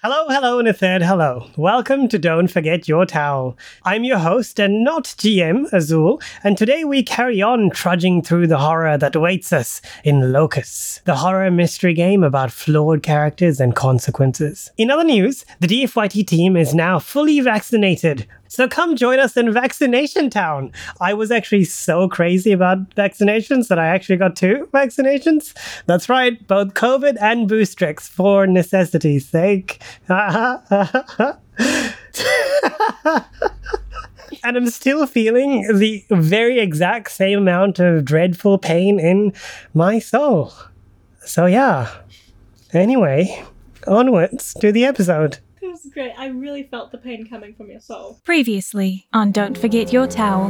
Hello, hello, and a third hello. Welcome to Don't Forget Your Towel. I'm your host and not GM, Azul, and today we carry on trudging through the horror that awaits us in Locus, the horror mystery game about flawed characters and consequences. In other news, the DFYT team is now fully vaccinated so come join us in Vaccination Town. I was actually so crazy about vaccinations that I actually got two vaccinations. That's right, both COVID and Boostrix for necessity's sake. and I'm still feeling the very exact same amount of dreadful pain in my soul. So, yeah. Anyway, onwards to the episode. It was great. I really felt the pain coming from your soul. Previously on Don't Forget Your Towel.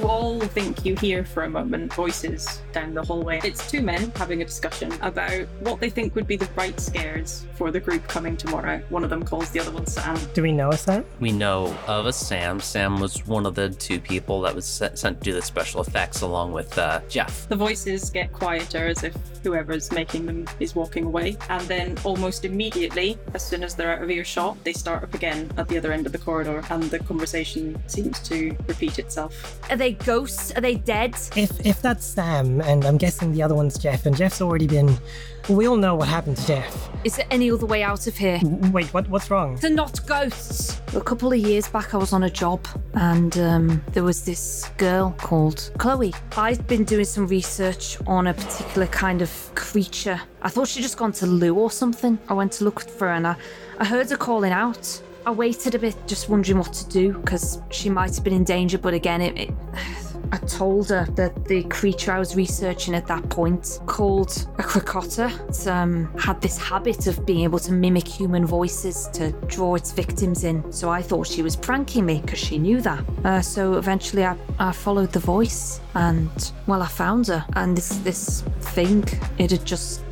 You all think you hear for a moment voices down the hallway. It's two men having a discussion about what they think would be the right scares for the group coming tomorrow. One of them calls the other one Sam. Do we know us that? We know of a Sam. Sam was one of the two people that was sent sent to do the special effects along with uh, Jeff. The voices get quieter as if whoever's making them is walking away. And then almost immediately, as soon as they're out of earshot, they start up again at the other end of the corridor and the conversation seems to repeat itself. Are they ghosts? Are they dead? If if that's Sam, and I'm guessing the other one's Jeff, and Jeff's already been, we all know what happened to Jeff. Is there any other way out of here? Wait, what what's wrong? They're not ghosts. A couple of years back, I was on a job, and um, there was this girl called Chloe. I'd been doing some research on a particular kind of creature. I thought she'd just gone to Lou or something. I went to look for her, and I, I heard her calling out. I waited a bit, just wondering what to do, because she might have been in danger. But again, it, it I told her that the creature I was researching at that point, called a crocotta, it, um, had this habit of being able to mimic human voices to draw its victims in. So I thought she was pranking me because she knew that. Uh, so eventually, I, I followed the voice, and well, I found her. And this this thing, it had just.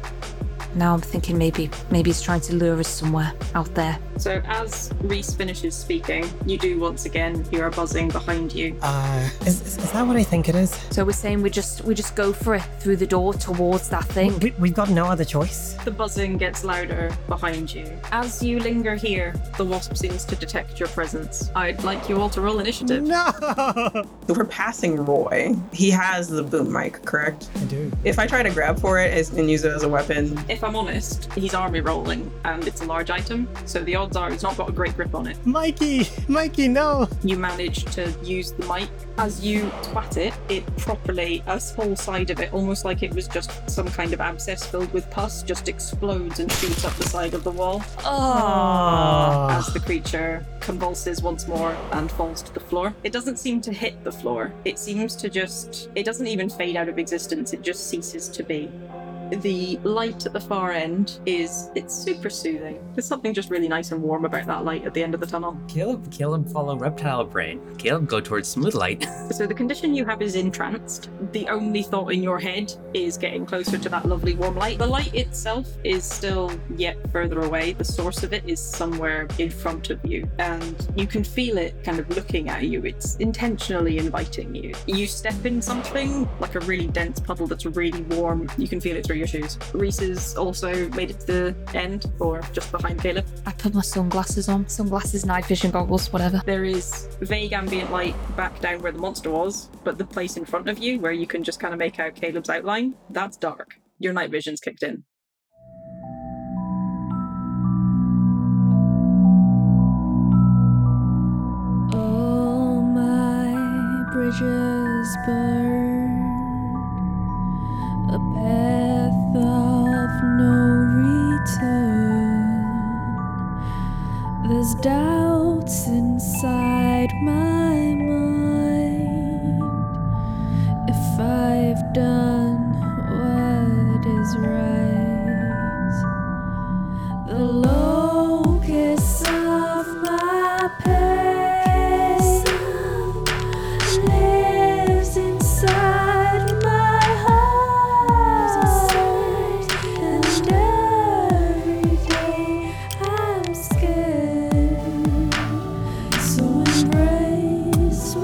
Now I'm thinking maybe maybe it's trying to lure us somewhere out there. So as Reese finishes speaking, you do once again hear a buzzing behind you. Uh, is, is, is that what I think it is? So we're saying we just we just go for it through the door towards that thing. We, we've got no other choice. The buzzing gets louder behind you. As you linger here, the wasp seems to detect your presence. I'd like you all to roll initiative. No. We're passing Roy. He has the boom mic, correct? I do. If I try to grab for it as- and use it as a weapon, If I'm honest, he's army rolling and it's a large item, so the odds are he's not got a great grip on it. Mikey, Mikey, no. You manage to use the mic. As you twat it, it properly, a whole side of it, almost like it was just some kind of abscess filled with pus, just explodes and shoots up the side of the wall as the creature convulses once more and falls to the floor. It doesn't seem to hit the floor. It seems to just, it doesn't even fade out of existence, it just ceases to be. The light at the far end is, it's super soothing. There's something just really nice and warm about that light at the end of the tunnel. Caleb, Caleb, follow reptile brain. Caleb, go towards smooth light. So the condition you have is entranced. The only thought in your head is getting closer to that lovely warm light. The light itself is still yet further away. The source of it is somewhere in front of you, and you can feel it kind of looking at you. It's intentionally inviting you. You step in something like a really dense puddle that's really warm. You can feel it through your shoes. Reese's also made it to the end, or just behind Caleb. I put my sunglasses on, sunglasses, night vision goggles, whatever. There is vague ambient light back down where the monster was, but the place in front of you where you can just kind of make out Caleb's outline, that's dark. Your night vision's kicked in. All my bridges burn, a path of no return. There's doubts inside my mind. If I've done what is right. The locus of my pain lives inside my heart, and every day I'm scared. So embrace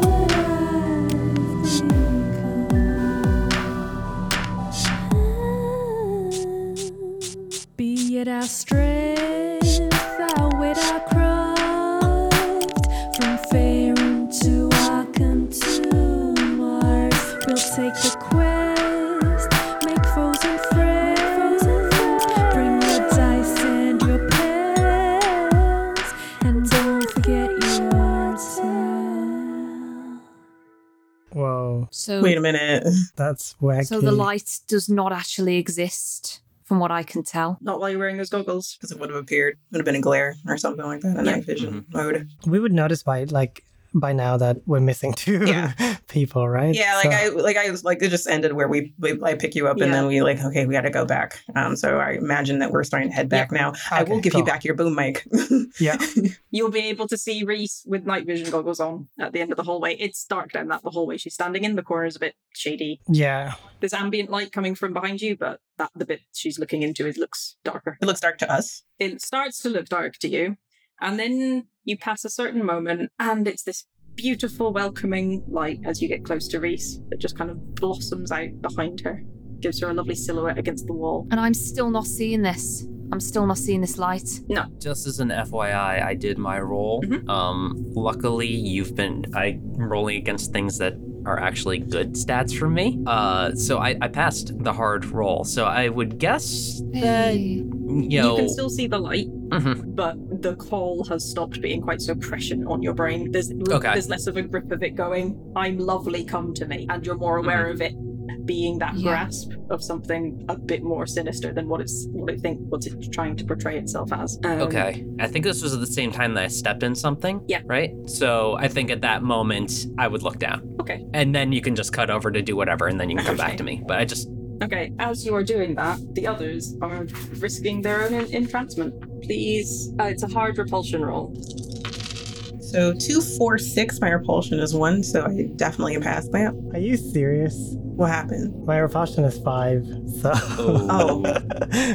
So Wait a minute. That's wacky. So the light does not actually exist, from what I can tell. Not while you're wearing those goggles. Because it would have appeared, would have been a glare or something like that in Yeah. Mm-hmm. night vision mode. we would notice by like by now that we're missing two Yeah. people, right? Yeah, like So- I, like I, like it just ended where we, we I pick you up and Yeah. then we like, okay, we got to go back. Um, so I imagine that we're starting to head back now. I will Okay, give you cool. back your boom mic. Yeah. You'll be able to see Reese with night vision goggles on at the end of the hallway. It's dark down that the hallway she's standing in. The corner is a bit shady. Yeah. There's ambient light coming from behind you, but that the bit she's looking into it looks darker. it looks dark to us. It starts to look dark to you, and then you pass a certain moment, and it's this beautiful, welcoming light as you get close to Reese that just kind of blossoms out behind her, gives her a lovely silhouette against the wall. And I'm still not seeing this. I'm still not seeing this light. Just as an FYI, I did my roll. Mhm. Um, luckily, you've been I rolling against things that are actually good stats for me. Uh, so I, I passed the hard roll. So I would guess that Hey. you know. You can still see the light, Mhm. but the call has stopped being quite so prescient on your brain. There's Okay. there's less of a grip of it going, I'm lovely, come to me. And you're more Mm-hmm. aware of it being that Yeah. grasp of something a bit more sinister than what it's what I think what it's trying to portray itself as. Um, Okay. I think this was at the same time that I stepped in something. Yeah. Right? So I think at that moment, I would look down. Okay. And then you can just cut over to do whatever, and then you can come back Okay. to me. But I just. Okay. As you are doing that, the others are risking their own en- entrancement. Please, uh, it's a hard repulsion roll. So two, four, six. My repulsion is one, so I definitely passed that. Are you serious? What happened? My repulsion is five. So Oh.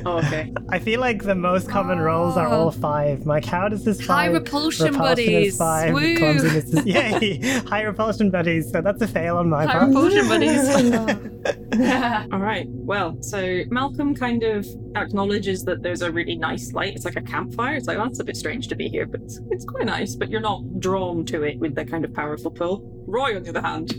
Oh, okay. I feel like the most common rolls are all five. My count is just Ah. High five. repulsion is buddies. five. Woo. Clumsiness is yay. High repulsion buddies. So that's a fail on my High part. repulsion buddies. All right. Well, so Malcolm kind of acknowledges that there's a really nice light. It's like a campfire. It's like that's a bit strange to be here, but it's, it's quite nice. But you're not drawn to it with that kind of powerful pull. Roy, on the other hand,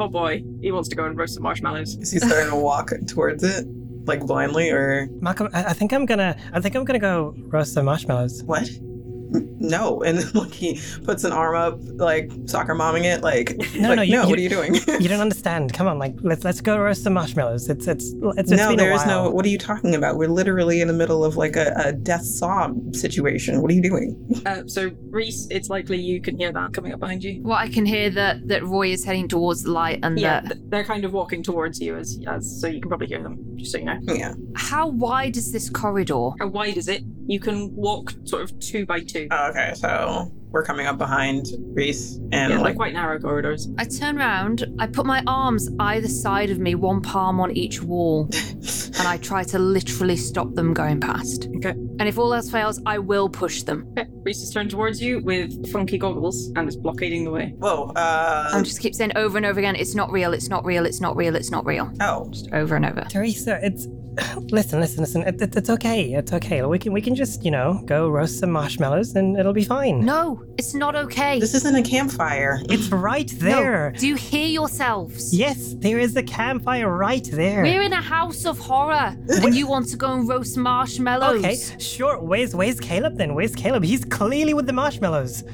oh boy, he wants to go and roast some marshmallows. Is he starting to walk towards it, like blindly, or Malcolm, I, I think I'm gonna I think I'm gonna go roast some marshmallows. what? N- No, and then like he puts an arm up, like soccer momming it, like No, like, no, you, you, what are you doing? you don't understand. Come on, like let's let's go roast some marshmallows. It's it's it's, it's no, been there a is no. while. What are you talking about? We're literally in the middle of like a, a death sob situation. What are you doing? Uh, so Reese, it's likely you can hear that coming up behind you. Well, I can hear that that Roy is heading towards the light, and Yeah, that th- they're kind of walking towards you as, as so you can probably hear them. Just so you know, Yeah. how wide is this corridor? how wide is it? You can walk sort of two by two. Oh, okay, so we're coming up behind Reese and yeah, they're like quite narrow corridors. I turn round. I put my arms either side of me, one palm on each wall, and I try to literally stop them going past. Okay. And if all else fails, I will push them. Okay, Reese has turned towards you with funky goggles and is blockading the way. whoa. Uh, I Um, just keep saying over and over again, it's not real, it's not real, it's not real, it's not real. oh, Just over and over. Teresa, it's listen, listen, listen. It, it, it's okay. It's okay. We can we can just you know go roast some marshmallows and it'll be fine. No, it's not okay. this isn't a campfire. It's right there. Do you hear yourselves? Yes, there is a campfire right there. We're in a house of horror, and you want to go and roast marshmallows. okay, sure. Where's where's Caleb then? Where's Caleb? He's clearly with the marshmallows.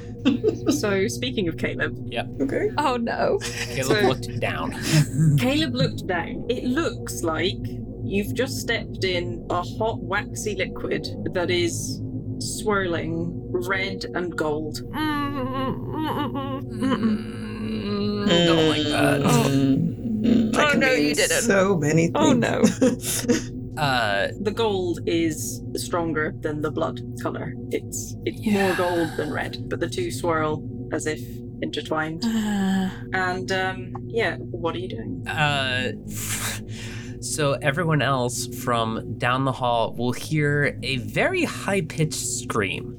So, speaking of Caleb, Okay. Oh no. Caleb looked down. Caleb looked down. It looks like you've just stepped in a hot, waxy liquid that is swirling red and gold. Oh Don't Oh, like that. Mm, that Oh, Mm-hmm. can no, mean you didn't. So many. Things. Oh, no. Uh, The gold is stronger than the blood color. It's it's more gold than red, but the two swirl as if intertwined. And um, yeah, what are you doing? uh, so everyone else from down the hall will hear a very high pitched scream.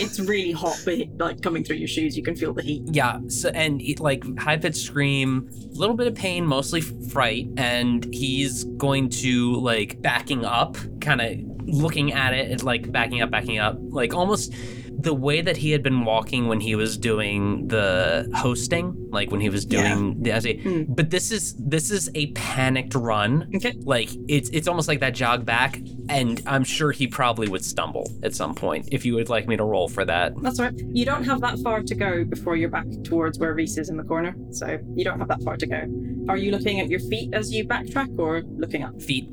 It's really hot, but like coming through your shoes, you can feel the heat. Yeah. So and he, like high pitched scream, a little bit of pain, mostly fright, and he's going to like backing up, kind of looking at it, and like backing up, backing up, like almost the way that he had been walking when he was doing the hosting, like when he was Yeah. doing the as a, Mm. but this is this is a panicked run. Okay. Like it's it's almost like that jog back, and I'm sure he probably would stumble at some point if you would like me to roll for that. That's all right. You don't have that far to go before you're back towards where Reese is in the corner. So you don't have that far to go. Are you looking at your feet as you backtrack or looking up? Feet,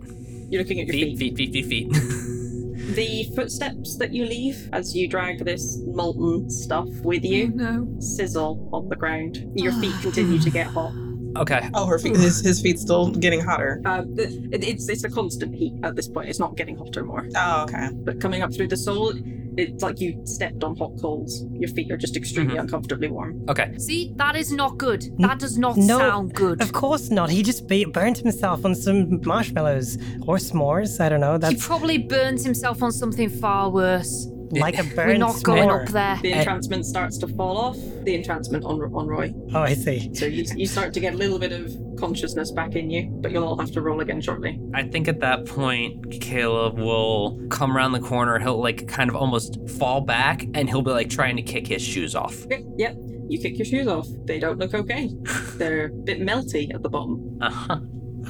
You're looking at your feet, feet. feet, feet, feet, feet. The footsteps that you leave as you drag this molten stuff with you No. sizzle on the ground. Your feet continue to get hot. okay. Oh, her feet. His, his feet's still getting hotter. Uh, th- it, it's it's a constant heat at this point. It's not getting hotter more, Oh, okay. but coming up through the sole, it's like you stepped on hot coals. Your feet are just extremely uncomfortably warm. See, that is not good. That does not No. sound good. Of course not. He just be- burnt himself on some marshmallows or s'mores. I don't know. He That's probably burns himself on something far worse. like a burnt We're not going s'more. up there. The Eh. entrancement starts to fall off. The entrancement on on Roy. Oh, I see. So you, you start to get a little bit of consciousness back in you, but you'll all have to roll again shortly. I think at that point, Caleb will come around the corner. He'll like kind of almost fall back, and he'll be like trying to kick his shoes off. Okay, yep. You kick your shoes off. They don't look okay. They're a bit melty at the bottom. Uh huh.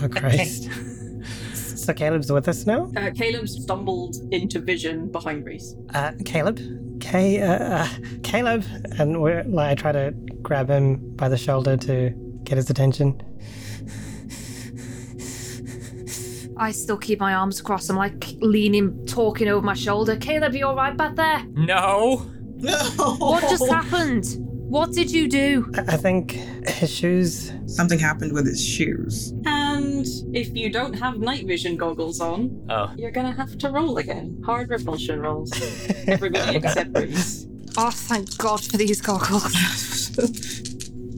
Oh, Christ. so Caleb's with us now? Uh, Caleb stumbled into vision behind Reese. Uh, Caleb? Kay, uh, uh, Caleb! And we're, like, I try to grab him by the shoulder to get his attention. I still keep my arms crossed. I'm like leaning, talking over my shoulder. Caleb, you all right back there? No. No. What just happened? What did you do? I, I think his shoes. Something happened with his shoes. And if you don't have night vision goggles on, Oh. you're gonna have to roll again. Hard repulsion rolls. Everybody except Reese. Oh, thank God for these goggles.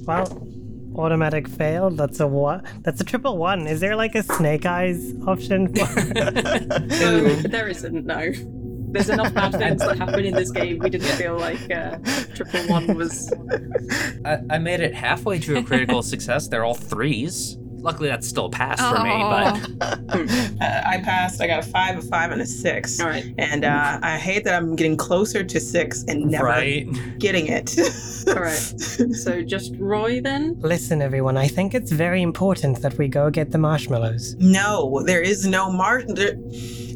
Well, automatic fail. That's a what? That's a triple one. Is there like a snake eyes option? So there isn't no. There's enough bad things that happen in this game. We didn't feel like uh, triple one was. I, I made it halfway to a critical success. They're all threes. Luckily, that's still a pass for me. But Uh, I passed. I got a five, a five, and a six. All right. And uh, I hate that I'm getting closer to six and never right. getting it. All right. So just Roy then. Listen, everyone. I think it's very important that we go get the marshmallows. No, there is no marsh. There-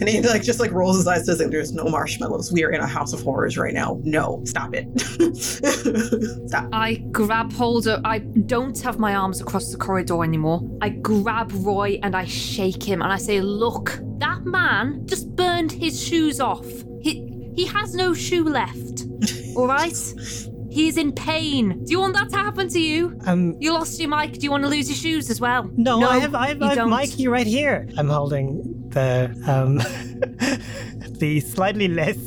and he like just like rolls his eyes, says, "There's no marshmallows. We are in a house of horrors right now. No, stop it. stop." I grab hold of. I don't have my arms across the corridor anymore. I grab Roy and I shake him and I say, Look, that man just burned his shoes off. He, he has no shoe left. All right? He's in pain. Do you want that to happen to you? Um. You lost your mic. Do you want to lose your shoes as well? No, I have, I have, you I have don't. Mikey right here. I'm holding the um, the slightly less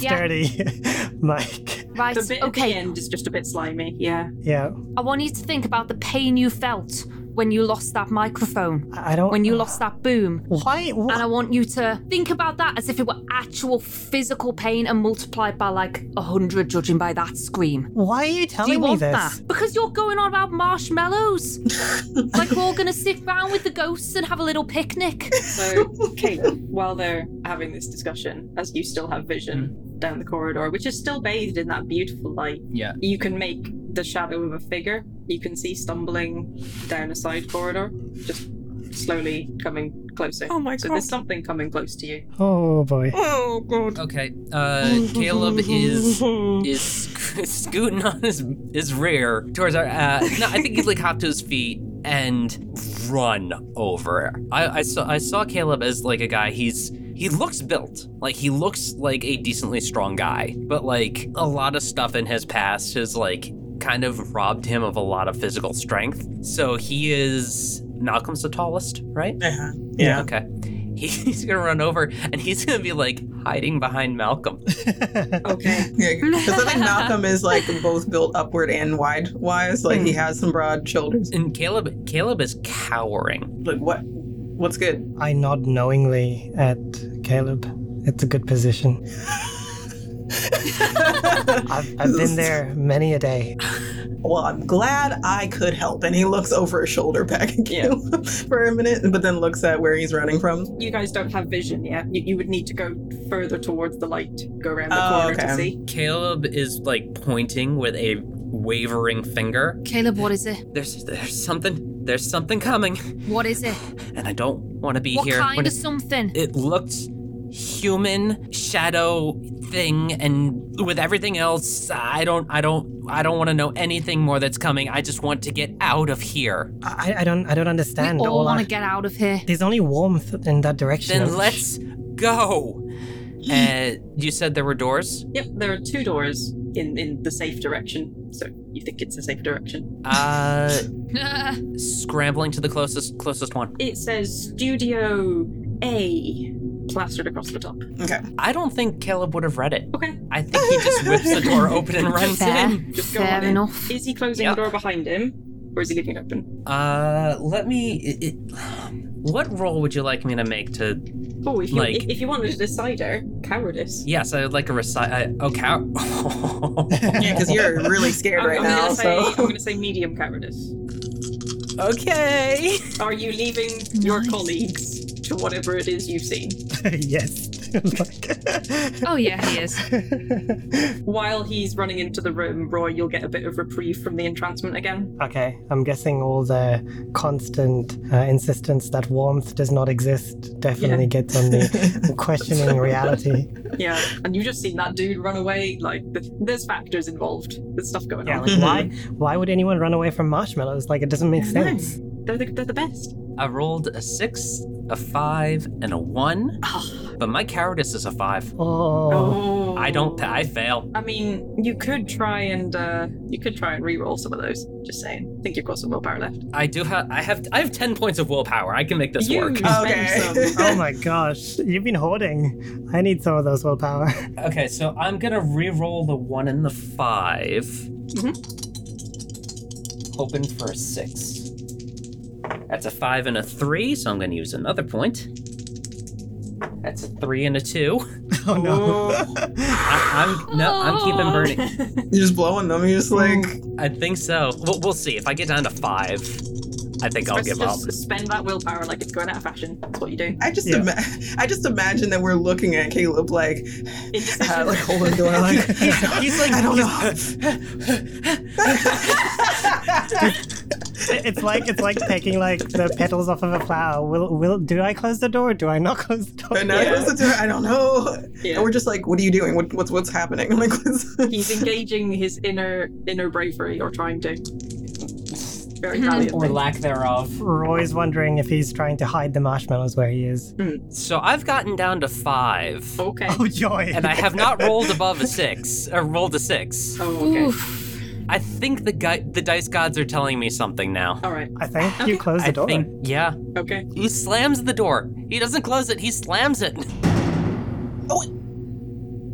Yeah. sturdy mic. Right. The bit at Okay. the end is just a bit slimy. Yeah. Yeah, I want you to think about the pain you felt when you lost that microphone, I I don't. when you lost that boom. Why? wh- And I want you to think about that as if it were actual physical pain and multiplied by like a hundred, judging by that scream. Why are you Do telling you me want this? that? Because you're going on about marshmallows. like we're all gonna sit round with the ghosts and have a little picnic. So Caleb, while they're having this discussion, as you still have vision down the corridor, which is still bathed in that beautiful light, Yeah. you can make the shadow of a figure you can see stumbling down a side corridor, just slowly coming closer. Oh my So God. there's something coming close to you. Oh boy. Oh god. Okay. Uh, Caleb is is sc- scooting on his his rear towards our. Uh, no, I think he'd like hop to his feet and run over. I, I saw I saw Caleb as like a guy. He's he looks built. Like he looks like a decently strong guy, but like a lot of stuff in his past has like kind of robbed him of a lot of physical strength. So he is Malcolm's the tallest, right? Uh-huh. Yeah. Okay. He's gonna run over and he's gonna be like hiding behind Malcolm. Okay. Because I think Malcolm is like both built upward and wide wise. Like Hmm. he has some broad shoulders. And Caleb Caleb is cowering. Like what? What's good? I nod knowingly at Caleb. It's a good position. I've, I've been there many a day. Well, I'm glad I could help. And he looks over his shoulder back at Yeah. you for a minute, but then looks at where he's running from. You guys don't have vision yet. You, you would need to go further towards the light, go around the Oh, corner okay. to see. Caleb is like pointing with a wavering finger. Caleb, what is it? There's there's something there's something coming, What is it? and I don't want to be What here. kind when of it- something? it looked human shadow thing and with everything else i don't i don't i don't want to know anything more that's coming i just want to get out of here I, I don't I don't We understand. all all want I- to get out of here. There's only warmth in that direction. then let's go uh, you said there were doors Yep, there are two doors in, in the safe direction. So you think it's the safe direction. uh scrambling to the closest closest one It says Studio A plastered across the top. i don't think caleb would have read it Okay. i think he just whips the door open and runs Fair, in Just go fair on in. enough. Is he closing Yep. the door behind him? Or is he leaving it open? uh let me it, it, what role would you like me to make to Oh, if you, Like- if, if you wanted a decider, cowardice. Yes, I would like a recite. I, oh, cow. Yeah, because you're really I'm, scared I'm right gonna now. say, I'm So gonna say medium cowardice. okay. Are you leaving your Nice. colleagues to whatever it is you've seen? yes. Like- Oh yeah, he is. While he's running into the room, Roy, you'll get a bit of reprieve from the entrancement again. okay, I'm guessing all the constant uh, insistence that warmth does not exist definitely gets on me questioning reality. Yeah, and you've just seen that dude run away. Like, th- there's factors involved. There's stuff going Yeah, on. like why why would anyone run away from marshmallows? Like it doesn't make sense. They're the, they're the best. I rolled a six, a five, and a one, but my cowardice is a five. Oh, I don't. I fail. I mean, you could try and uh, you could try and re-roll some of those. Just saying. I think you've got some willpower left. I do have. I have. I have ten points of willpower. I can make this you work. spend Okay. some. oh my gosh, you've been hoarding. I need some of those willpower. Okay, so I'm gonna re-roll the one and the 5 Mm-hmm. Hoping for a six. That's a five and a three, so I'm gonna use another point. That's a three and a two. Oh no. I, I'm no, I'm keeping burning. you're just blowing them. You're just like, Mm. I think so. We'll, we'll see. If I get down to five, I think I'll Just- give up. just spend that willpower like it's going out of fashion. That's what you do. I just, Yeah. ima- I just imagine that we're looking at Caleb like, Indecision. uh, like holding the door, like, He's like, I don't it's like it's like taking like the petals off of a flower. Will will do I close the door? Do I not close the door? And now Yeah. he goes to do it, I don't know. Yeah. And we're just like, what are you doing? What, what's what's happening? Like, what's... He's engaging his inner inner bravery, or trying to. Hmm. Very valiantly. or lack thereof. Roy's wondering if he's trying to hide the marshmallows where he is. So I've gotten down to five, Okay. Oh joy! and I have not rolled above a six or rolled a six. Oh, okay. Oof. I think the guy, the dice gods are telling me something now. All right. I think you close the I door. think, yeah. Okay. He slams the door. He doesn't close it. He slams it.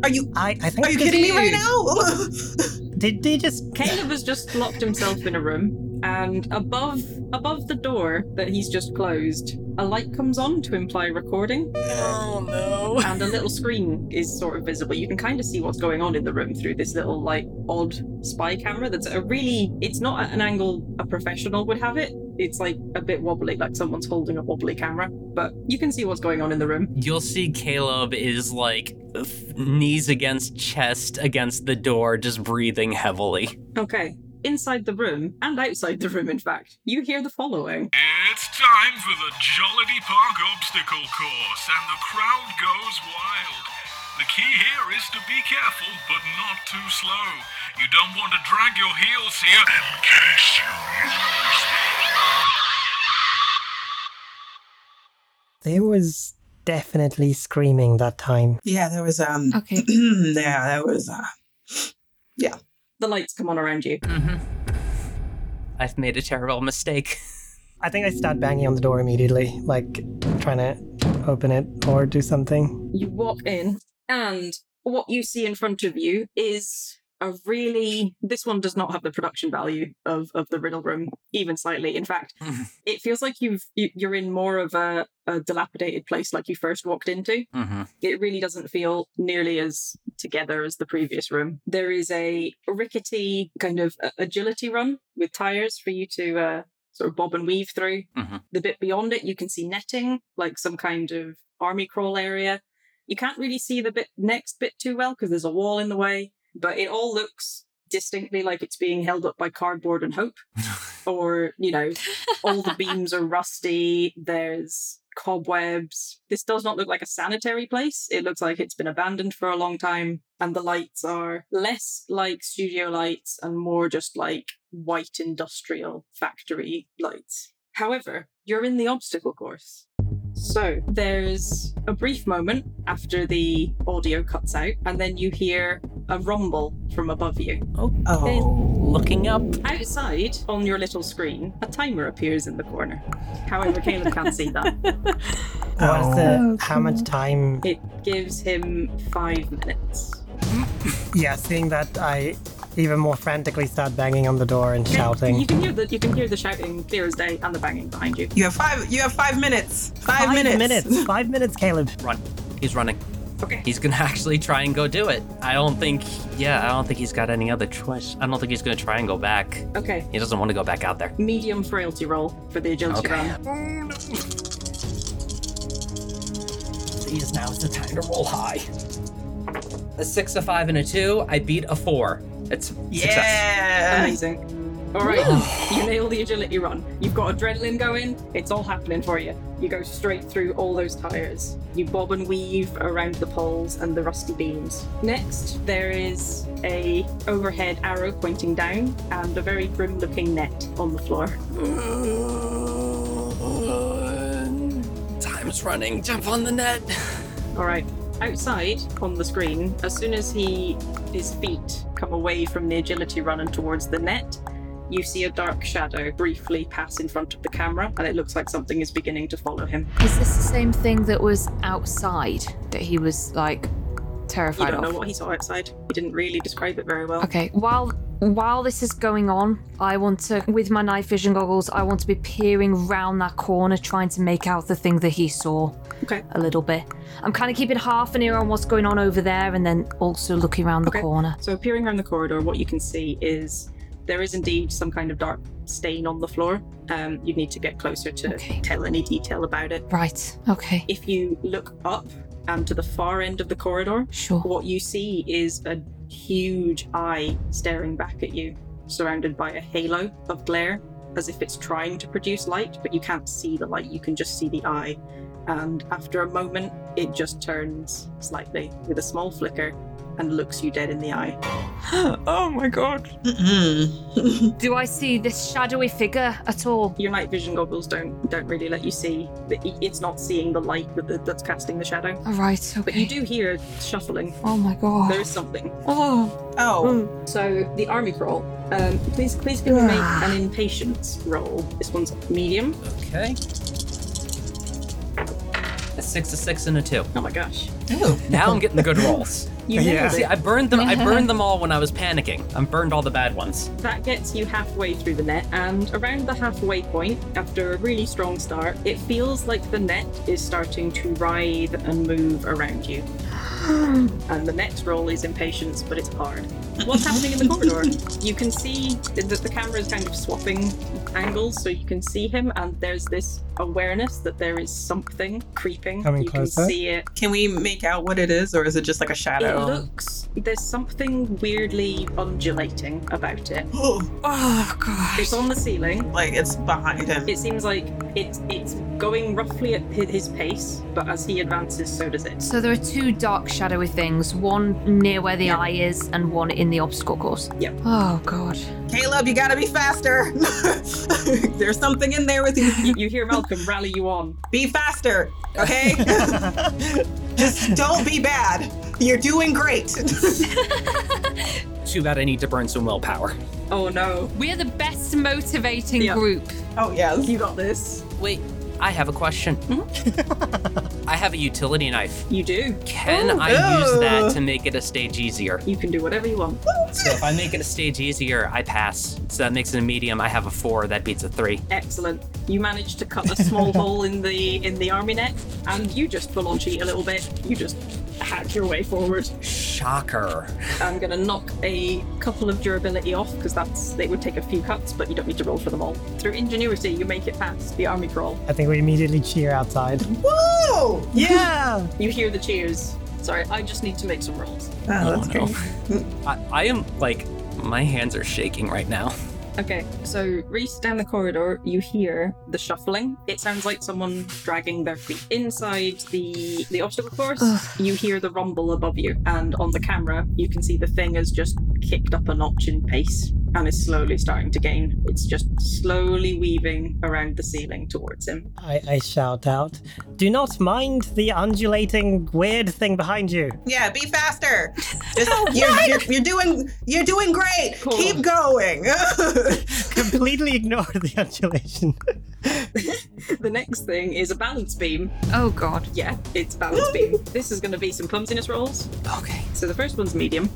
Are you I, I think are you just- kidding me right Dude. now? Did they just Caleb has just locked himself in a room, and above above the door that he's just closed, a light comes on to imply recording, Oh no. and a little screen is sort of visible. You can kind of see what's going on in the room through this little like odd spy camera. That's a really it's not at an angle a professional would have it. It's like a bit wobbly, like someone's holding a wobbly camera, but you can see what's going on in the room. You'll see Caleb is like f- knees against chest against the door, just breathing heavily. Okay. Inside the room, and outside the room, in fact, you hear the following. It's time for the Jollity Park obstacle course, and the crowd goes wild. The key here is to be careful, but not too slow. You don't want to drag your heels here in case you lose. There was definitely screaming that time. yeah, there was um Okay. yeah, that was uh, The lights come on around you. Mm-hmm. I've made a terrible mistake. I think I start banging on the door immediately, like trying to open it or do something. You walk in, and what you see in front of you is a really this one does not have the production value of of the riddle room even slightly in fact it feels like you've you, you're in more of a, a dilapidated place like you first walked into Mm-hmm. it really doesn't feel nearly as together as the previous room. There is a rickety kind of uh, agility run with tires for you to uh, sort of bob and weave through. Mhm. The bit beyond it, you can see netting, like some kind of army crawl area. You can't really see the bit next bit too well because there's a wall in the way, but it all looks distinctly like it's being held up by cardboard and hope or you know all the beams are rusty. There's cobwebs. This does not look like a sanitary place. It looks like it's been abandoned for a long time. And the lights are less like studio lights and more just like white industrial factory lights. However, you're in the obstacle course. So there's a brief moment after the audio cuts out, and then you hear a rumble from above you. Oh. Looking up. Outside, on your little screen, a timer appears in the corner. However, Caleb can't see that. What's Oh, the, how much time? It gives him five minutes. Yeah, seeing that, I even more frantically start banging on the door and You shouting. can hear the you can hear the shouting clear as day and the banging behind you. You have five. You have five minutes. Five, minutes. Five minutes, Caleb. Run. He's running. Okay. He's gonna actually try and go do it. I don't think. Yeah, I don't think he's got any other choice. I don't think he's gonna try and go back. Okay. He doesn't want to go back out there. Medium frailty roll for the agility Okay. run. Please, now is the time to roll high. A six, a five, and a two. I beat a four. It's success. Yeah. Amazing. All right, you nail the agility run. You've got adrenaline going. It's all happening for you. You go straight through all those tires. You bob and weave around the poles and the rusty beams. Next, there is a overhead arrow pointing down and a very grim-looking net on the floor. Time's running. Jump on the net. All right. Outside on the screen, as soon as he his feet come away from the agility run and towards the net, you see a dark shadow briefly pass in front of the camera, and it looks like something is beginning to follow him. Is this the same thing that was outside that he was like You terrified don't of? know what he saw outside. He didn't really describe it very well. Okay, while while this is going on, I want to with my night vision goggles, I want to be peering round that corner trying to make out the thing that he saw Okay. a little bit. I'm kind of keeping half an ear on what's going on over there and then also looking around Okay. the corner. So peering around the corridor, what you can see is there is indeed some kind of dark stain on the floor. Um, you need to get closer to Okay. tell any detail about it. Right. Okay. If you look up and to the far end of the corridor, Sure. What you see is a huge eye staring back at you, surrounded by a halo of glare, as if it's trying to produce light, but you can't see the light, you can just see the eye. And after a moment, it just turns slightly with a small flicker and looks you dead in the eye. oh my god. Mm-mm. Do I see this shadowy figure at all? Your night vision goggles don't don't really let you see. It- It's not seeing the light that, that's casting the shadow. All right. Okay. But you do hear shuffling. Oh my god. There is something. Oh. oh. So the army crawl. Um, please, please give me make an impatience roll. This one's medium. Okay. A six, a six, and a two. Oh my gosh! Ooh. Now I'm getting the good rolls. You Yeah. yeah. See, I burned them. I burned them all when I was panicking. I burned all the bad ones. That gets you halfway through the net, and around the halfway point, after a really strong start, it feels like the net is starting to writhe and move around you. and the next roll is impatience, but it's hard. What's happening in the corridor? You can see that the camera is kind of swapping angles, so you can see him, and there's this awareness that there is something creeping. Coming you closer. can see it Can we make out what it is, or is it just like a It shadow? looks there's something weirdly undulating about it. Oh, Oh god. It's on the ceiling. like it's behind him. It seems like it's it's going roughly at hi- his pace, but as he advances, so does it. So there are two dark shadowy things, one near where the eye is and one in the obstacle course. Yep. Oh god. Caleb, you gotta be faster. There's something in there with you. You, you hear Malcolm rally you on. Be faster, okay? Just don't be bad. You're doing great. Too bad I need to burn some willpower. Oh no, We are the best motivating Yeah. group. oh yes. you got this. Wait, I have a question. I have a utility knife. You do. Can I use that to make it a stage easier? You can do whatever you want. So if I make it a stage easier, I pass. So that makes it a medium. I have a four. That beats a three. Excellent. You managed to cut a small hole in the in the army net, and you just belaunchy a little bit. You just hack your way forward. Shocker. I'm gonna knock a couple of durability off because that's they would take a few cuts, but you don't need to roll for them all. Through ingenuity, you make it past the army crawl. I think we immediately cheer outside. Whoa! Yeah! You hear the cheers. Sorry, I just need to make some rolls. Oh, that's no. great. I, I am like, my hands are shaking right now. Okay, so Reese down the corridor, you hear the shuffling. It sounds like someone dragging their feet inside the the obstacle course. you hear the rumble above you, and on the camera, you can see the thing has just kicked up a notch in pace and is slowly starting to gain. It's just slowly weaving around the ceiling towards him. I, I shout out, Do not mind the undulating weird thing behind you. Yeah, be faster. Just, you're, you're, you're doing you're doing great. Cool. Keep going. Completely ignore the undulation. The next thing is a balance beam. Oh god. Yeah, it's balance beam. This is going to be some clumsiness rolls. Okay. So the first one's medium.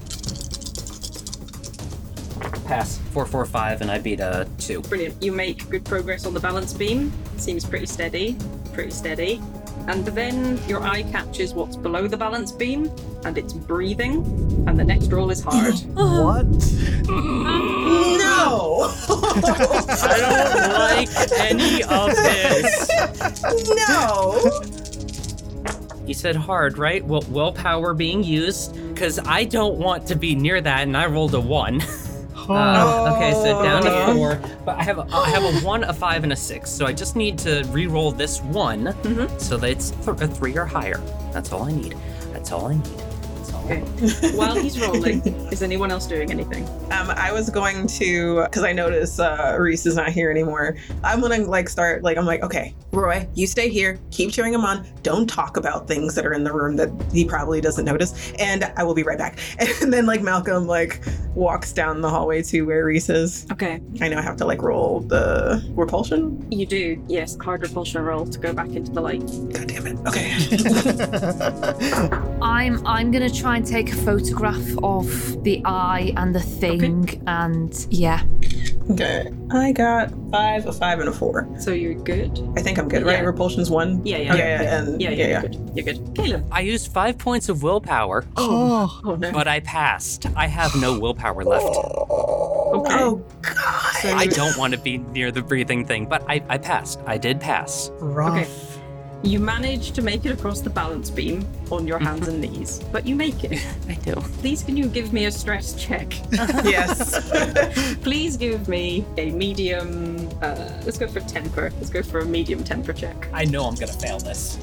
Pass. Four, four, five, and I beat a two. Brilliant. You make good progress on the balance beam. Seems pretty steady. Pretty steady. And then your eye catches what's below the balance beam, and it's breathing. And the next roll is hard. what? no. I don't like any of this. no. You said hard, right? Well, willpower being used, because I don't want to be near that, and I rolled a one. Ah. Uh, okay, so down to Oh. four. But I have a, I have a one, a five, and a six. So I just need to re-roll this one, so that it's th- a three or higher. That's all I need. That's all I need. That's all. I Okay. need. While he's rolling, is anyone else doing anything? Um, I was going to because I notice uh, Reese is not here anymore. I'm gonna like start like I'm like okay, Roy, you stay here, keep cheering him on. Don't talk about things that are in the room that he probably doesn't notice, and I will be right back. And then like Malcolm like walks down the hallway to where Reese is. Okay. I now have to like roll the repulsion. You do. Yes, hard repulsion roll to go back into the light. God damn it. Okay. I'm I'm gonna try and take a photograph of the eye and the thing and yeah. Okay. I got five, a five, and a four. So you're good? I think I'm good, right? Yeah. Repulsion's one. Yeah, yeah. Okay, and Yeah, yeah, yeah, you're yeah. good. You're good. Caleb. I used five points of willpower, Oh, Oh no. but I passed. I have no willpower left. Okay. Oh God. So I don't want to be near the breathing thing, but I, I passed. I did pass. rough. Okay. You manage to make it across the balance beam on your hands and knees, but you make it. I do. Please, can you give me a stress check? oh. yes. Please give me a medium. Uh, let's go for temper. Let's go for a medium temper check. I know I'm gonna fail this.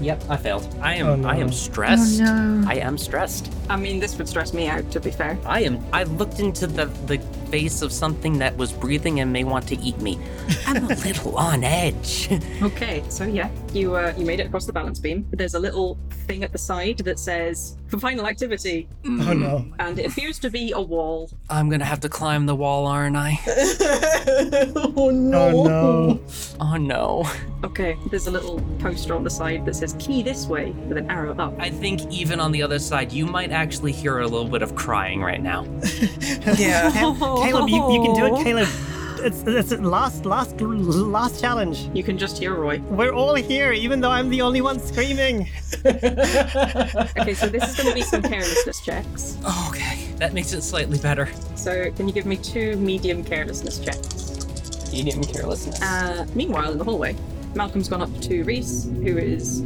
Yep, I failed. I am. Oh, no. I am stressed. Oh, no. I am stressed. I mean, this would stress me out, to be fair. I am. I looked into the the face of something that was breathing and may want to eat me. I'm a little on edge. Okay, so yeah, you uh, you made it across the balance beam. There's a little thing at the side that says for final activity, Oh no. and it appears to be a wall. I'm gonna have to climb the wall, aren't I? Oh oh no. no. Oh no. Okay, there's a little poster on the side that says key this way with an arrow up. I think even on the other side, you might actually hear a little bit of crying right now. Yeah. Caleb, you, you can do it, Caleb. It's, it's last, last, last challenge. You can just hear Roy. We're all here, even though I'm the only one screaming. Okay, so this is going to be some carelessness checks. Oh, okay, that makes it slightly better. So, can you give me two medium carelessness checks? Medium carelessness. Uh, meanwhile, in the hallway, Malcolm's gone up to Reese, who is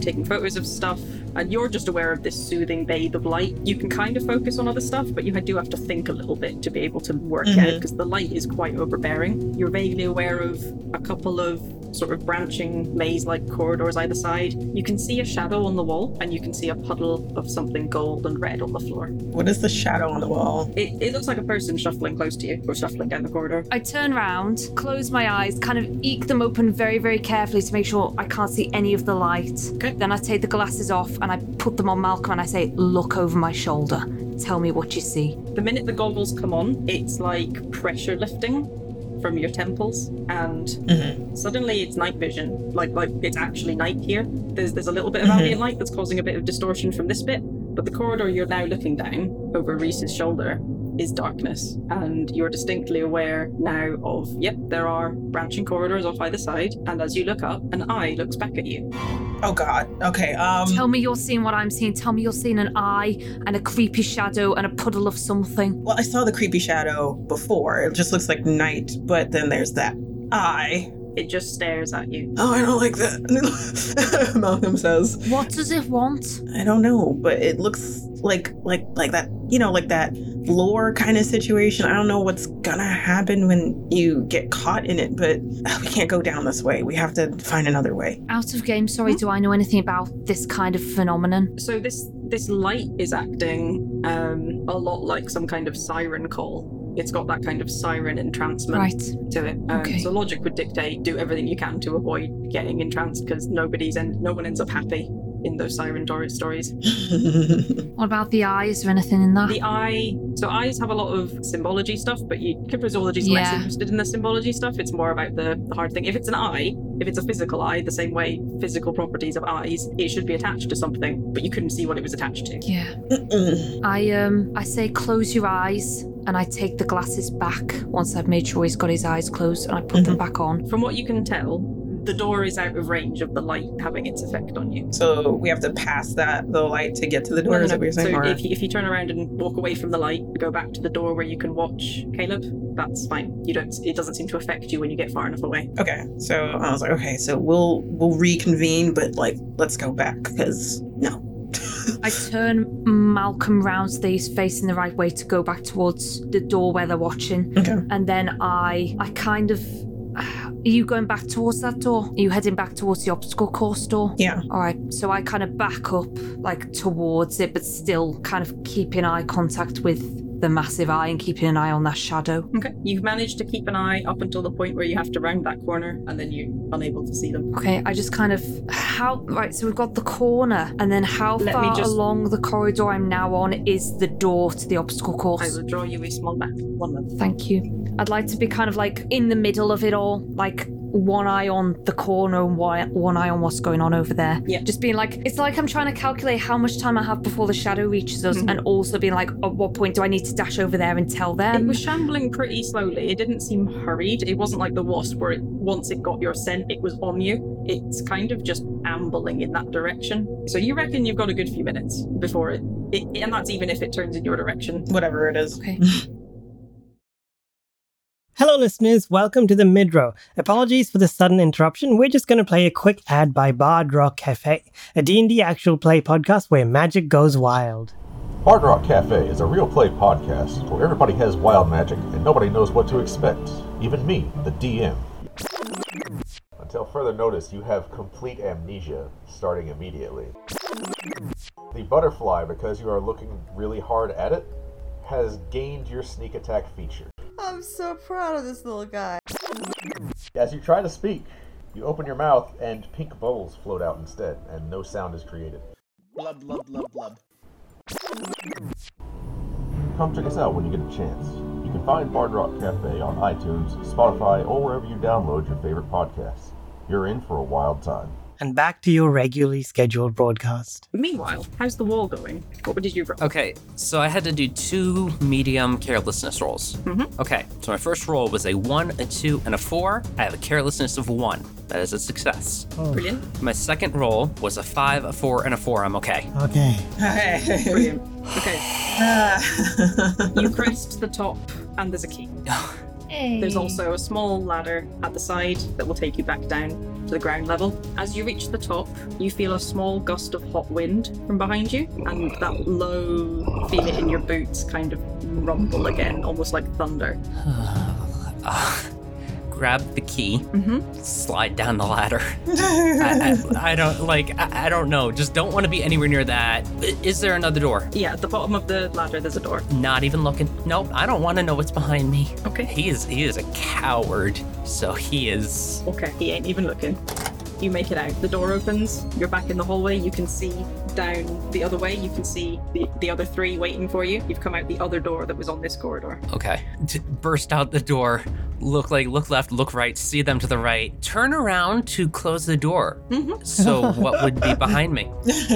taking photos of stuff, and you're just aware of this soothing bathe of light. You can kind of focus on other stuff, but you do have to think a little bit to be able to work out because the light is quite overbearing. You're vaguely aware of a couple of sort of branching maze like corridors either side. You can see a shadow on the wall, and you can see a puddle of something gold and red on the floor. What is the shadow on the wall? It, it looks like a person shuffling close to you or shuffling down the corridor. I turn round, close my eyes, kind of eke them open very, very carefully to make sure I can't see any of the light. Okay. Then I take the glasses off and I put them on Malcolm and I say, Look over my shoulder. Tell me what you see. The minute the goggles come on, it's like pressure lifting from your temples, and suddenly it's night vision. Like like it's actually night here. There's there's a little bit of ambient light that's causing a bit of distortion from this bit, but the corridor you're now looking down over Reese's shoulder is darkness, and you're distinctly aware now of yep, there are branching corridors off either side, and as you look up, an eye looks back at you. Oh God. Okay. Um. Tell me you're seeing what I'm seeing. Tell me you're seeing an eye and a creepy shadow and a puddle of something. Well, I saw the creepy shadow before. It just looks like night, but then there's that eye. It just stares at you. Oh, I don't like that. Malcolm says, What does it want? I don't know, but it looks like like like that, you know, like that lore kind of situation. I don't know what's gonna happen when you get caught in it, but uh, we can't go down this way. We have to find another way. Out of game, sorry, do I know anything about this kind of phenomenon? So this this light is acting um, a lot like some kind of siren call. It's got that kind of siren entrancement Right. to it. Um, Okay. So logic would dictate do everything you can to avoid getting entranced because nobody's and no one ends up happy in those siren dor- stories. What about the eye? Is there anything in that? The eye. So eyes have a lot of symbology stuff, but you, Kyprosology's less Yeah. interested in the symbology stuff. It's more about the, the hard thing. If it's an eye, if it's a physical eye, the same way physical properties of eyes, it should be attached to something, but you couldn't see what it was attached to. yeah. Mm-mm. I um I say close your eyes and I take the glasses back once I've made sure he's got his eyes closed and I put them back on. From what you can tell, the door is out of range of the light having its effect on you. so we have to pass that the light to get to the door. No, no, is that what no. you're saying? So Or- if you, if you turn around and walk away from the light, go back to the door where you can watch Caleb. That's fine. You don't. It doesn't seem to affect you when you get far enough away. Okay, so I was like, okay, so we'll we'll reconvene, but like, let's go back because no. I turn Malcolm round so that he's facing the right way to go back towards the door where they're watching. Okay. And then I I kind of are you going back towards that door? Are you heading back towards the obstacle course door? Yeah. All right, so I kind of back up like towards it, but still kind of keeping eye contact with the massive eye and keeping an eye on that shadow. Okay. You've managed to keep an eye up until the point where you have to round that corner, and then you're unable to see them. Okay, I just kind of how right. So we've got the corner, and then how Let me far just- along the corridor I'm now on is the door to the obstacle I course? will draw you a small map. One moment. Thank you. I'd like to be kind of like in the middle of it all, like one eye on the corner and one, one eye on what's going on over there. Yeah. Just being like, it's like I'm trying to calculate how much time I have before the shadow reaches us, Mhm. and also being like, at what point do I need to dash over there and tell it them? was shambling pretty slowly. It didn't seem hurried. It wasn't like the wasp where it, once it got your scent, it was on you. It's kind of just ambling in that direction. So you reckon you've got a good few minutes before it, it and that's even if it turns in your direction. Whatever it is. Okay. Hello, listeners. Welcome to the Midrow. Apologies for the sudden interruption. We're just going to play a quick ad by Bard Rock Cafe, a D&D actual play podcast where magic goes wild. Hard Rock Cafe is a real play podcast where everybody has wild magic and nobody knows what to expect, even me, the DM. Until further notice, you have complete amnesia starting immediately. The butterfly, because you are looking really hard at it, has gained your sneak attack feature. I'm so proud of this little guy. As you try to speak, you open your mouth and pink bubbles float out instead, and no sound is created. Blub, blub, blub, blub. Come check us out when you get a chance. You can find Bard Rock Cafe on iTunes, Spotify, or wherever you download your favorite podcasts. You're in for a wild time. And back to your regularly scheduled broadcast. Meanwhile, how's the wall going? What did you roll? Okay, so I had to do two medium carelessness rolls. Mhm. Okay, so my first roll was a one, a two, and a four. I have a carelessness of one. That is a success. Brilliant. My second roll was a five, a four, and a four. I'm okay. Okay. Okay. Brilliant. Okay, Ah. you crest the top, and there's a key. There's also a small ladder at the side that will take you back down to the ground level. As you reach the top, you feel a small gust of hot wind from behind you, and that low feel it in your boots kind of rumble again, almost like thunder. Ah, grab the key, Mhm. slide down the ladder. I, I, I don't like. I, I don't know. Just don't want to be anywhere near that. I- Is there another door? Yeah, at the bottom of the ladder, there's a door. Not even looking. Nope. I don't want to know what's behind me. Okay. He is. He is a coward. So he is. Okay, he ain't even looking. You make it out. The door opens. You're back in the hallway. You can see down the other way. You can see the, the other three waiting for you. You've come out the other door that was on this corridor. Okay. D- burst out the door, look like look left, look right, see them to the right, turn around to close the door. So what would be behind me?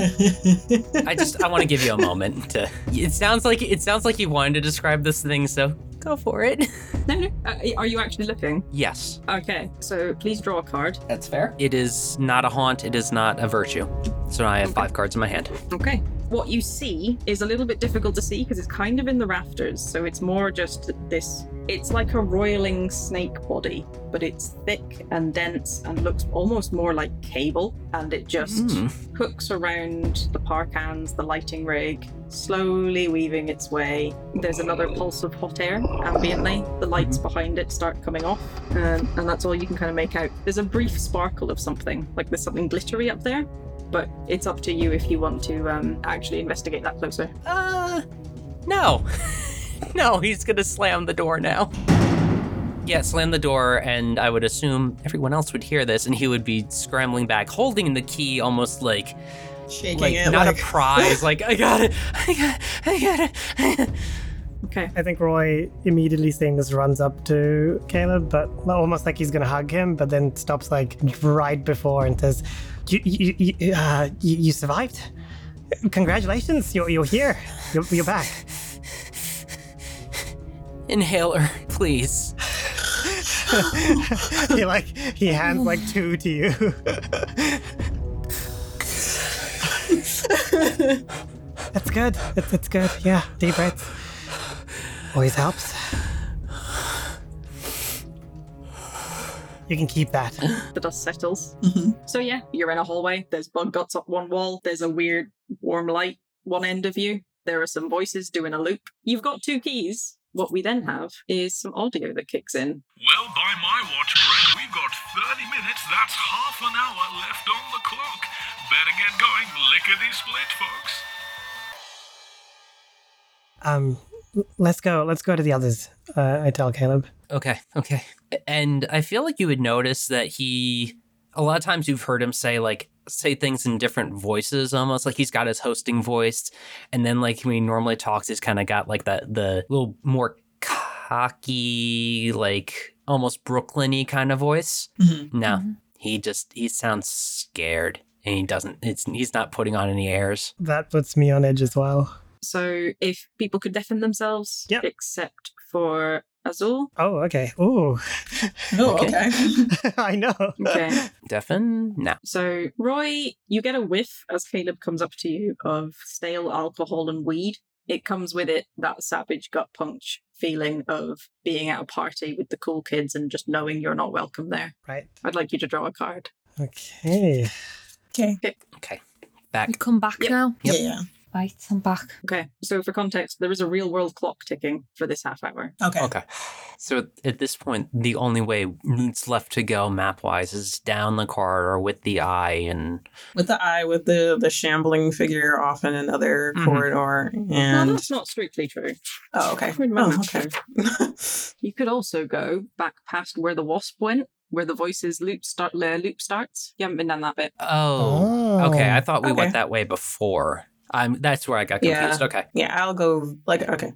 I just I want to give you a moment to. It sounds like it sounds like you wanted to describe this thing, so Go for it. no, no. Uh, are you actually looking? yes, Okay, so please draw a card. that's fair. It is not a haunt. It is not a virtue. So now I have five cards in my hand. Okay. What you see is a little bit difficult to see because it's kind of in the rafters, so it's more just this. It's like a roiling snake body, but it's thick and dense and looks almost more like cable, and it just Hmm. hooks around the park hands, the lighting rig, slowly weaving its way. There's another pulse of hot air ambiently. The lights behind it start coming off, um, and that's all you can kind of make out. There's a brief sparkle of something, like there's something glittery up there, but it's up to you if you want to um, actually investigate that closer. Uh, no. no, he's gonna slam the door now. Yeah, slam the door, and I would assume everyone else would hear this, and he would be scrambling back, holding the key almost like, Shaking like it. not like, a prize, like I got it, I got, I got it. Okay. I think Roy immediately seeing this runs up to Caleb, but almost like he's gonna hug him, but then stops like right before and says, "You, you, you- you, uh, you, you survived. Congratulations, you're, you're here. You're, you're back." Inhaler, please. he like he hands like two to you. That's good. It's, it's good. Yeah, deep breaths always helps. You can keep that. The dust settles. Mhm. So yeah, you're in a hallway. There's bug guts up one wall. There's a weird warm light one end of you. There are some voices doing a loop. You've got two keys. What we then have is some audio that kicks in. Well, by my watch, Greg, we've got 30 minutes. That's half an hour left on the clock. Better get going. Lickety split, folks. Um, l- let's go. Let's go to the others. Uh, I tell Caleb. Okay, okay. And I feel like you would notice that he, a lot of times you've heard him say, like, say things in different voices almost like he's got his hosting voice and then like when he normally talks he's kind of got like that the little more cocky like almost brooklyny kind of voice Mhm. no he just he sounds scared and he doesn't it's he's not putting on any airs That puts me on edge as well. So if people could deafen themselves, Yep. except for Azul. Oh, okay. Ooh, Oh, Okay. okay. I know. Okay. deafen no so Roy, you get a whiff as Caleb comes up to you of stale alcohol and weed. It comes with it that savage gut punch feeling of being at a party with the cool kids and just knowing you're not welcome there. Right. I'd like you to draw a card. Okay. okay. back You come back Yep. now. Yep. Yeah. Right, I'm back. Okay. So for context, there is a real world clock ticking for this half hour. Okay. Okay. So at this point, the only way it's left to go map wise is down the corridor with the eye and With the eye, with the the shambling figure off in another Mhm. corridor, Well, and that's not strictly true. oh, okay. Wait a Oh, moment. okay. You could also go back past where the wasp went, where the voices loop start uh, loop starts. You haven't been down that bit. oh, okay. I thought we okay. went that way before. I'm that's where I got Yeah. confused. Okay, yeah, I'll go. Like, okay,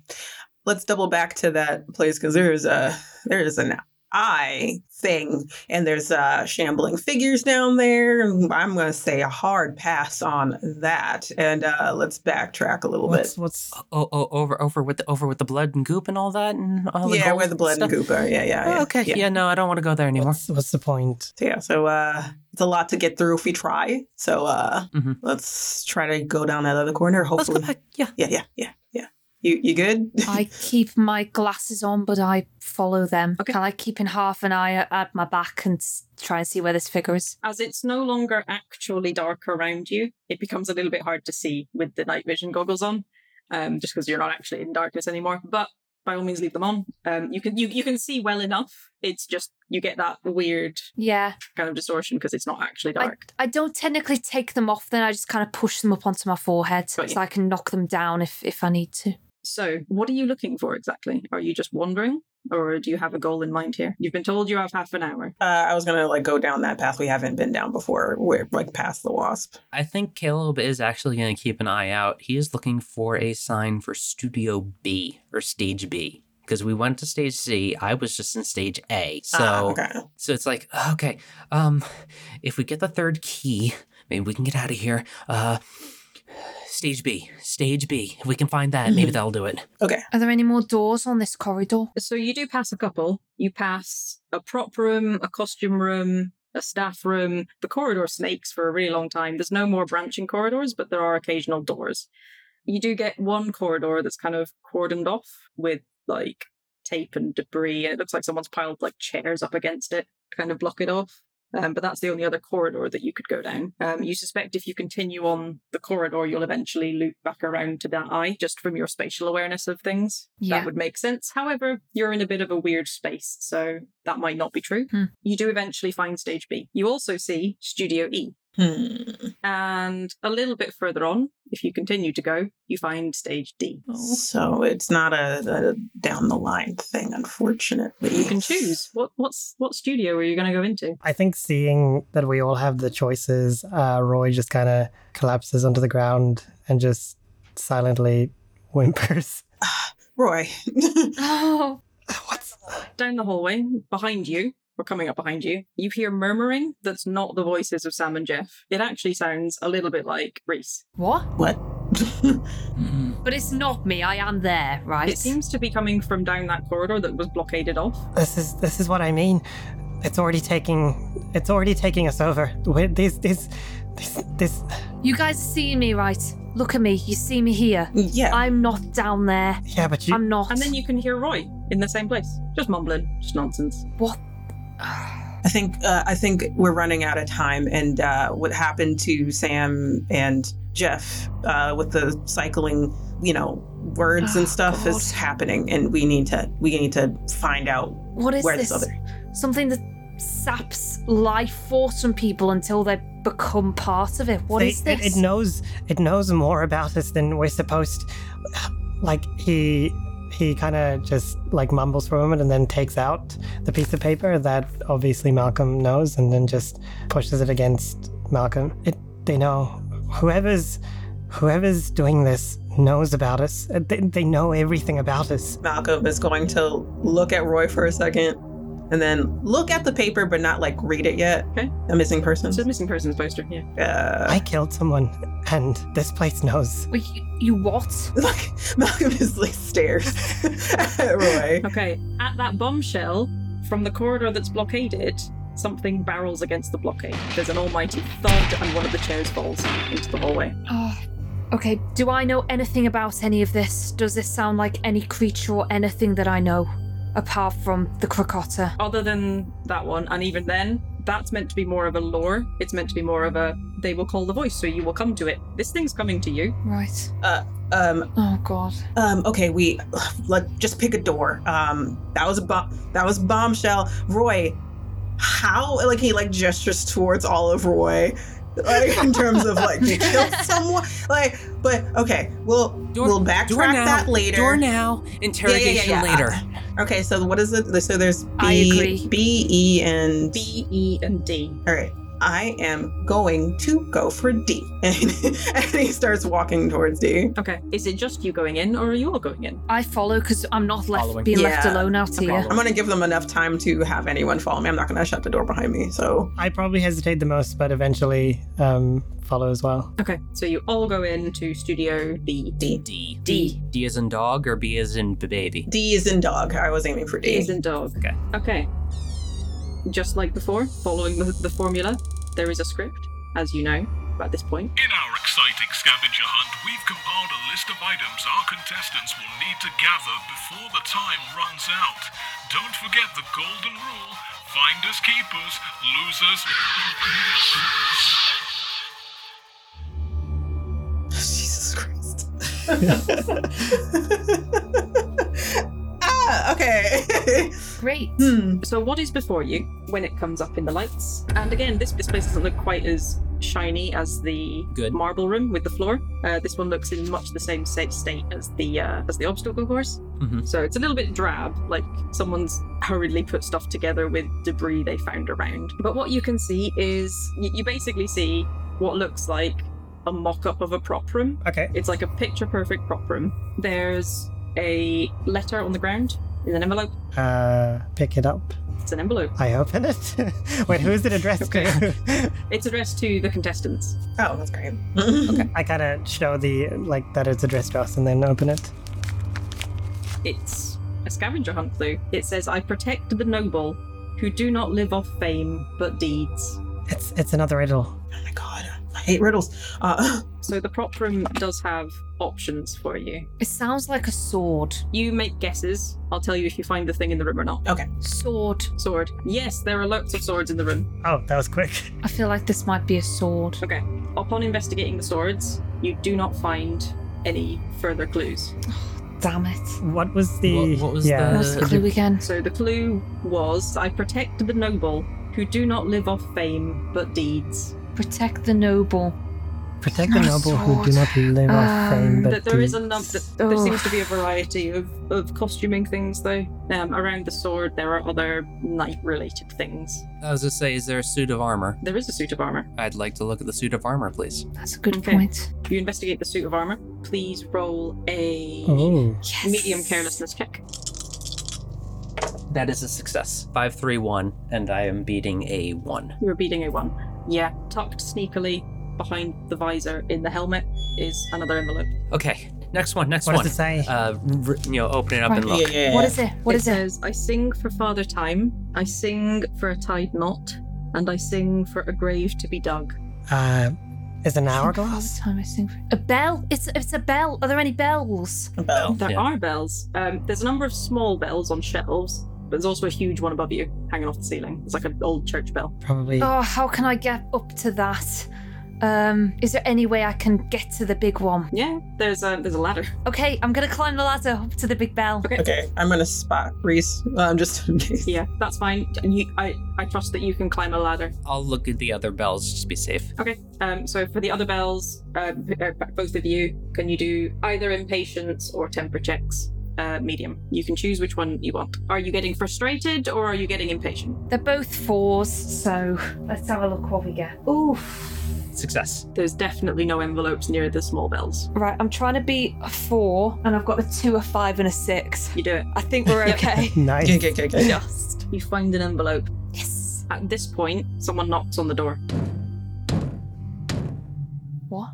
let's double back to that place because there's a there's an eye thing, and there's uh shambling figures down there. And I'm gonna say a hard pass on that, and uh let's backtrack a little What's what's oh, oh, over over with the over with the blood and goop and all that and all bit. the Yeah, gold where the blood stuff. and goop are. Yeah, yeah. Oh, yeah, okay, yeah. yeah. no, I don't want to go there anymore. what's what's the point? So yeah, so uh it's a lot to get through if we try. So uh Mhm. let's try to go down that other corner, Let's go hopefully. back. Yeah, Yeah, yeah, yeah, yeah. You you good? I keep my glasses on, but I follow them. Okay. I like keeping half an eye at my back and s- try and see where this figure is. As it's no longer actually dark around you, it becomes a little bit hard to see with the night vision goggles on, um, just because you're not actually in darkness anymore. But by all means, leave them on. Um, you can you you can see well enough. It's just you get that weird Yeah. kind of distortion because it's not actually I- dark. I don't technically take them off, then I just kind of push them up onto my forehead Got you. so I can knock them down if, if I need to. So, what are you looking for exactly? Are you just wandering, or do you have a goal in mind here? You've been told you have half an hour. Uh, I was gonna like go down that path we haven't been down before. We're like past the wasp. I think Caleb is actually going to keep an eye out. He is looking for a sign for Studio B or Stage B because we went to stage C. I was just in stage A. So Ah, okay. so it's like, okay, um, if we get the third key, maybe we can get out of here. Uh stage B. Stage B. If we can find that, Mm-hmm. maybe that'll do it. Okay. Are there any more doors on this corridor? So you do pass a couple. You pass a prop room, a costume room, a staff room. The corridor snakes for a really long time. There's no more branching corridors, but there are occasional doors. You do get one corridor that's kind of cordoned off with like tape and debris. It looks like someone's piled like chairs up against it to kind of block it off. Um, but that's the only other corridor that you could go down. Um, you suspect if you continue on the corridor, you'll eventually loop back around to that eye just from your spatial awareness of things. Yeah. That would make sense. However, you're in a bit of a weird space, so that might not be true. Hmm. You do eventually find Stage B. You also see Studio E. Hmm. And a little bit further on, if you continue to go, you find Stage D. Oh. So it's not a, a down the line thing, unfortunately. You can choose. What what's what studio are you going to go into? I think seeing that we all have the choices, uh, Roy just kind of collapses onto the ground and just silently whimpers. Roy. Oh, down the hallway behind you or coming up behind you you hear murmuring that's not the voices of sam and jeff it actually sounds a little bit like reese what? What? But it's not me. I am there, right? it seems to be coming from down that corridor that was blockaded off This is this is what I mean. It's already taking it's already taking us over. Wait, This this this this You guys are seeing me, right? Look at me. You see me here. yeah. I'm not down there. yeah, but you I'm not. and then you can hear roy in the same place just mumbling just nonsense I think uh, I think we're running out of time, and uh, what happened to Sam and Jeff uh, with the cycling, you know, words and Oh, stuff is happening, and we need to we need to find out what is where this? this other. Something that saps life force from people until they become part of it. What They- is it- this? It, knows it knows more about us than we're supposed. Like he he kind of just like mumbles for a moment and then takes out the piece of paper that obviously Malcolm knows and then just pushes it against Malcolm. It they know whoever's whoever's doing this knows about us. Uh, They, they know everything about us. Malcolm is going to look at Roy for a second, and then look at the paper, but not like read it yet. Okay. a missing person. it's a missing persons poster yeah Uh, I killed someone and this place knows. Wait, you, you what? like Malcolm is like stares at Roy. okay at that bombshell from the corridor that's blockaded something barrels against the blockade there's an almighty thud and one of the chairs falls into the hallway Oh, okay. Do I know anything about any of this? Does this sound like any creature or anything that I know, apart from the crocotta? other than that one, and even then, that's meant to be more of a lore. It's meant to be more of a they will call the voice, so you will come to it. This thing's coming to you. Right. Um, Oh God. Um, okay, we let just pick a door. Um, that was a bomb. That was bombshell. Roy, how? Like he like gestures towards all of Roy, like in terms of like you killed someone. Like, but okay, we'll Door- we'll Door backtrack now. that Door later. now. Interrogation yeah. Ah, later. Okay, so what is it? So there's B, I agree. B, E, and B, E, and D. All right. I am going to go for D, and, and he starts walking towards D. Okay. Is it just you going in, or are you all going in? I follow because I'm not left Following. being left Yeah. alone out here. I'm gonna give them enough time to have anyone follow me. I'm not gonna shut the door behind me. So I probably hesitate the most, but eventually um, follow as well. Okay. So you all go in to Studio B. D. D. D. D is in dog or B is in baby. D is in dog. I was aiming for D. D is in dog. Okay. Okay. Just like before, following the, the formula, there is a script, as you know, at this point. In our exciting scavenger hunt, we've compiled a list of items our contestants will need to gather before the time runs out. Don't forget the golden rule finders, keepers, losers. Jesus Christ. ah, okay. Great. hmm. So what is before you when it comes up in the lights? And again, this, this place doesn't look quite as shiny as the Good. marble room with the floor. Uh, this one looks in much the same sa- state as the uh, as the obstacle course. Mhm. So it's a little bit drab, like someone's hurriedly put stuff together with debris they found around. But what you can see is y- you basically see what looks like a mock-up of a prop room Okay. it's like a picture perfect prop room. There's a letter on the ground It's an envelope. Uh, pick it up. It's an envelope. I open it. Wait, who is it addressed to? It's addressed to the contestants. Oh, that's great. I kind of show the like that it's addressed to us, and then open it. It's a scavenger hunt clue. It says, I protect the noble who do not live off fame but deeds. It's it's another riddle. Oh I hate riddles. Uh, So the prop room does have options for you. It sounds like a sword. You make guesses. I'll tell you if you find the thing in the room or not. okay. Sword. Sword. Yes, there are lots of swords in the room. Oh, that was quick. I feel like this might be a sword. Okay. Upon investigating the swords, you do not find any further clues. Damn it. What was the? What- what was yeah. the- What's the clue again? So the clue was I protect the noble who do not live off fame but deeds. Protect the noble. Protect the Not a noble who do sword. not live off fame, Um, but That there is a deeds. num- that there Oh. seems to be a variety of, of costuming things though. Um, around the sword there are other knight related things. I was gonna say, is there a suit of armor? There is a suit of armor. I'd like to look at the suit of armor, please. That's a good Okay. point. You investigate the suit of armor. Please roll a Oh, Yes. medium carelessness check. That is a success. Five, three, one, and I am beating a one. You're beating a one. Yeah, tucked sneakily behind the visor in the helmet is another envelope. Okay, next one, next what one. does it say? Uh, r- you know, open it up Right. and look. yeah. What is it? What it is it? says, I sing for Father Time, I sing for a tied knot, and I sing for a grave to be dug. Uh, is it an All hourglass? the time I sing for- A bell? It's it's a bell. Are there any bells? Bell. There Yeah. are bells. Um, there's a number of small bells on shelves, but there's also a huge one above you, hanging off the ceiling. It's like an old church bell. Probably. Oh, how can I get up to that? Um, is there any way I can get to the big one? Yeah, there's a there's a ladder. Okay, I'm gonna climb the ladder up to the big bell. Okay, I'm gonna spot Reese. Um, just in case. Yeah, that's fine. And you, I I trust that you can climb a ladder. I'll look at the other bells just to be safe. Um, so for the other bells, uh, b- uh, both of you, can you do either impatience or temper checks? Uh, medium. You can choose which one you want. Are you getting frustrated or are you getting impatient? They're both fours, so let's have a look what we get. Oof. Success. There's definitely no envelopes near the small bells. Right, I'm trying to be a four, and I've got a two, a five, and a six. You do it. I think we're okay. nice. Okay, okay, okay, okay. Just. You find an envelope. Yes. At this point, someone knocks on the door. What?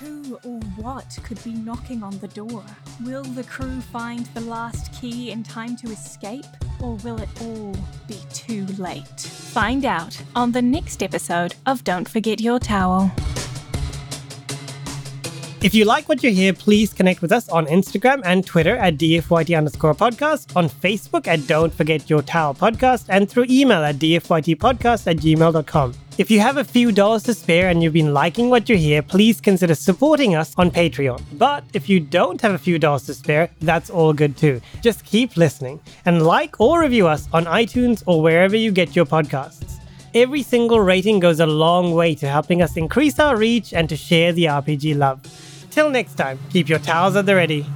Who or what could be knocking on the door? Will the crew find the last key in time to escape, or will it all be too late? Find out on the next episode of Don't Forget Your Towel. If you like what you hear, please connect with us on Instagram and Twitter at DFYT underscore podcast, on Facebook at Don't Forget Your Towel podcast, and through email at DFYTpodcast at gmail.com. If you have a few dollars to spare and you've been liking what you hear, please consider supporting us on Patreon. But if you don't have a few dollars to spare, that's all good too. Just keep listening and like or review us on iTunes or wherever you get your podcasts. Every single rating goes a long way to helping us increase our reach and to share the RPG love. Till next time, keep your towels at the ready.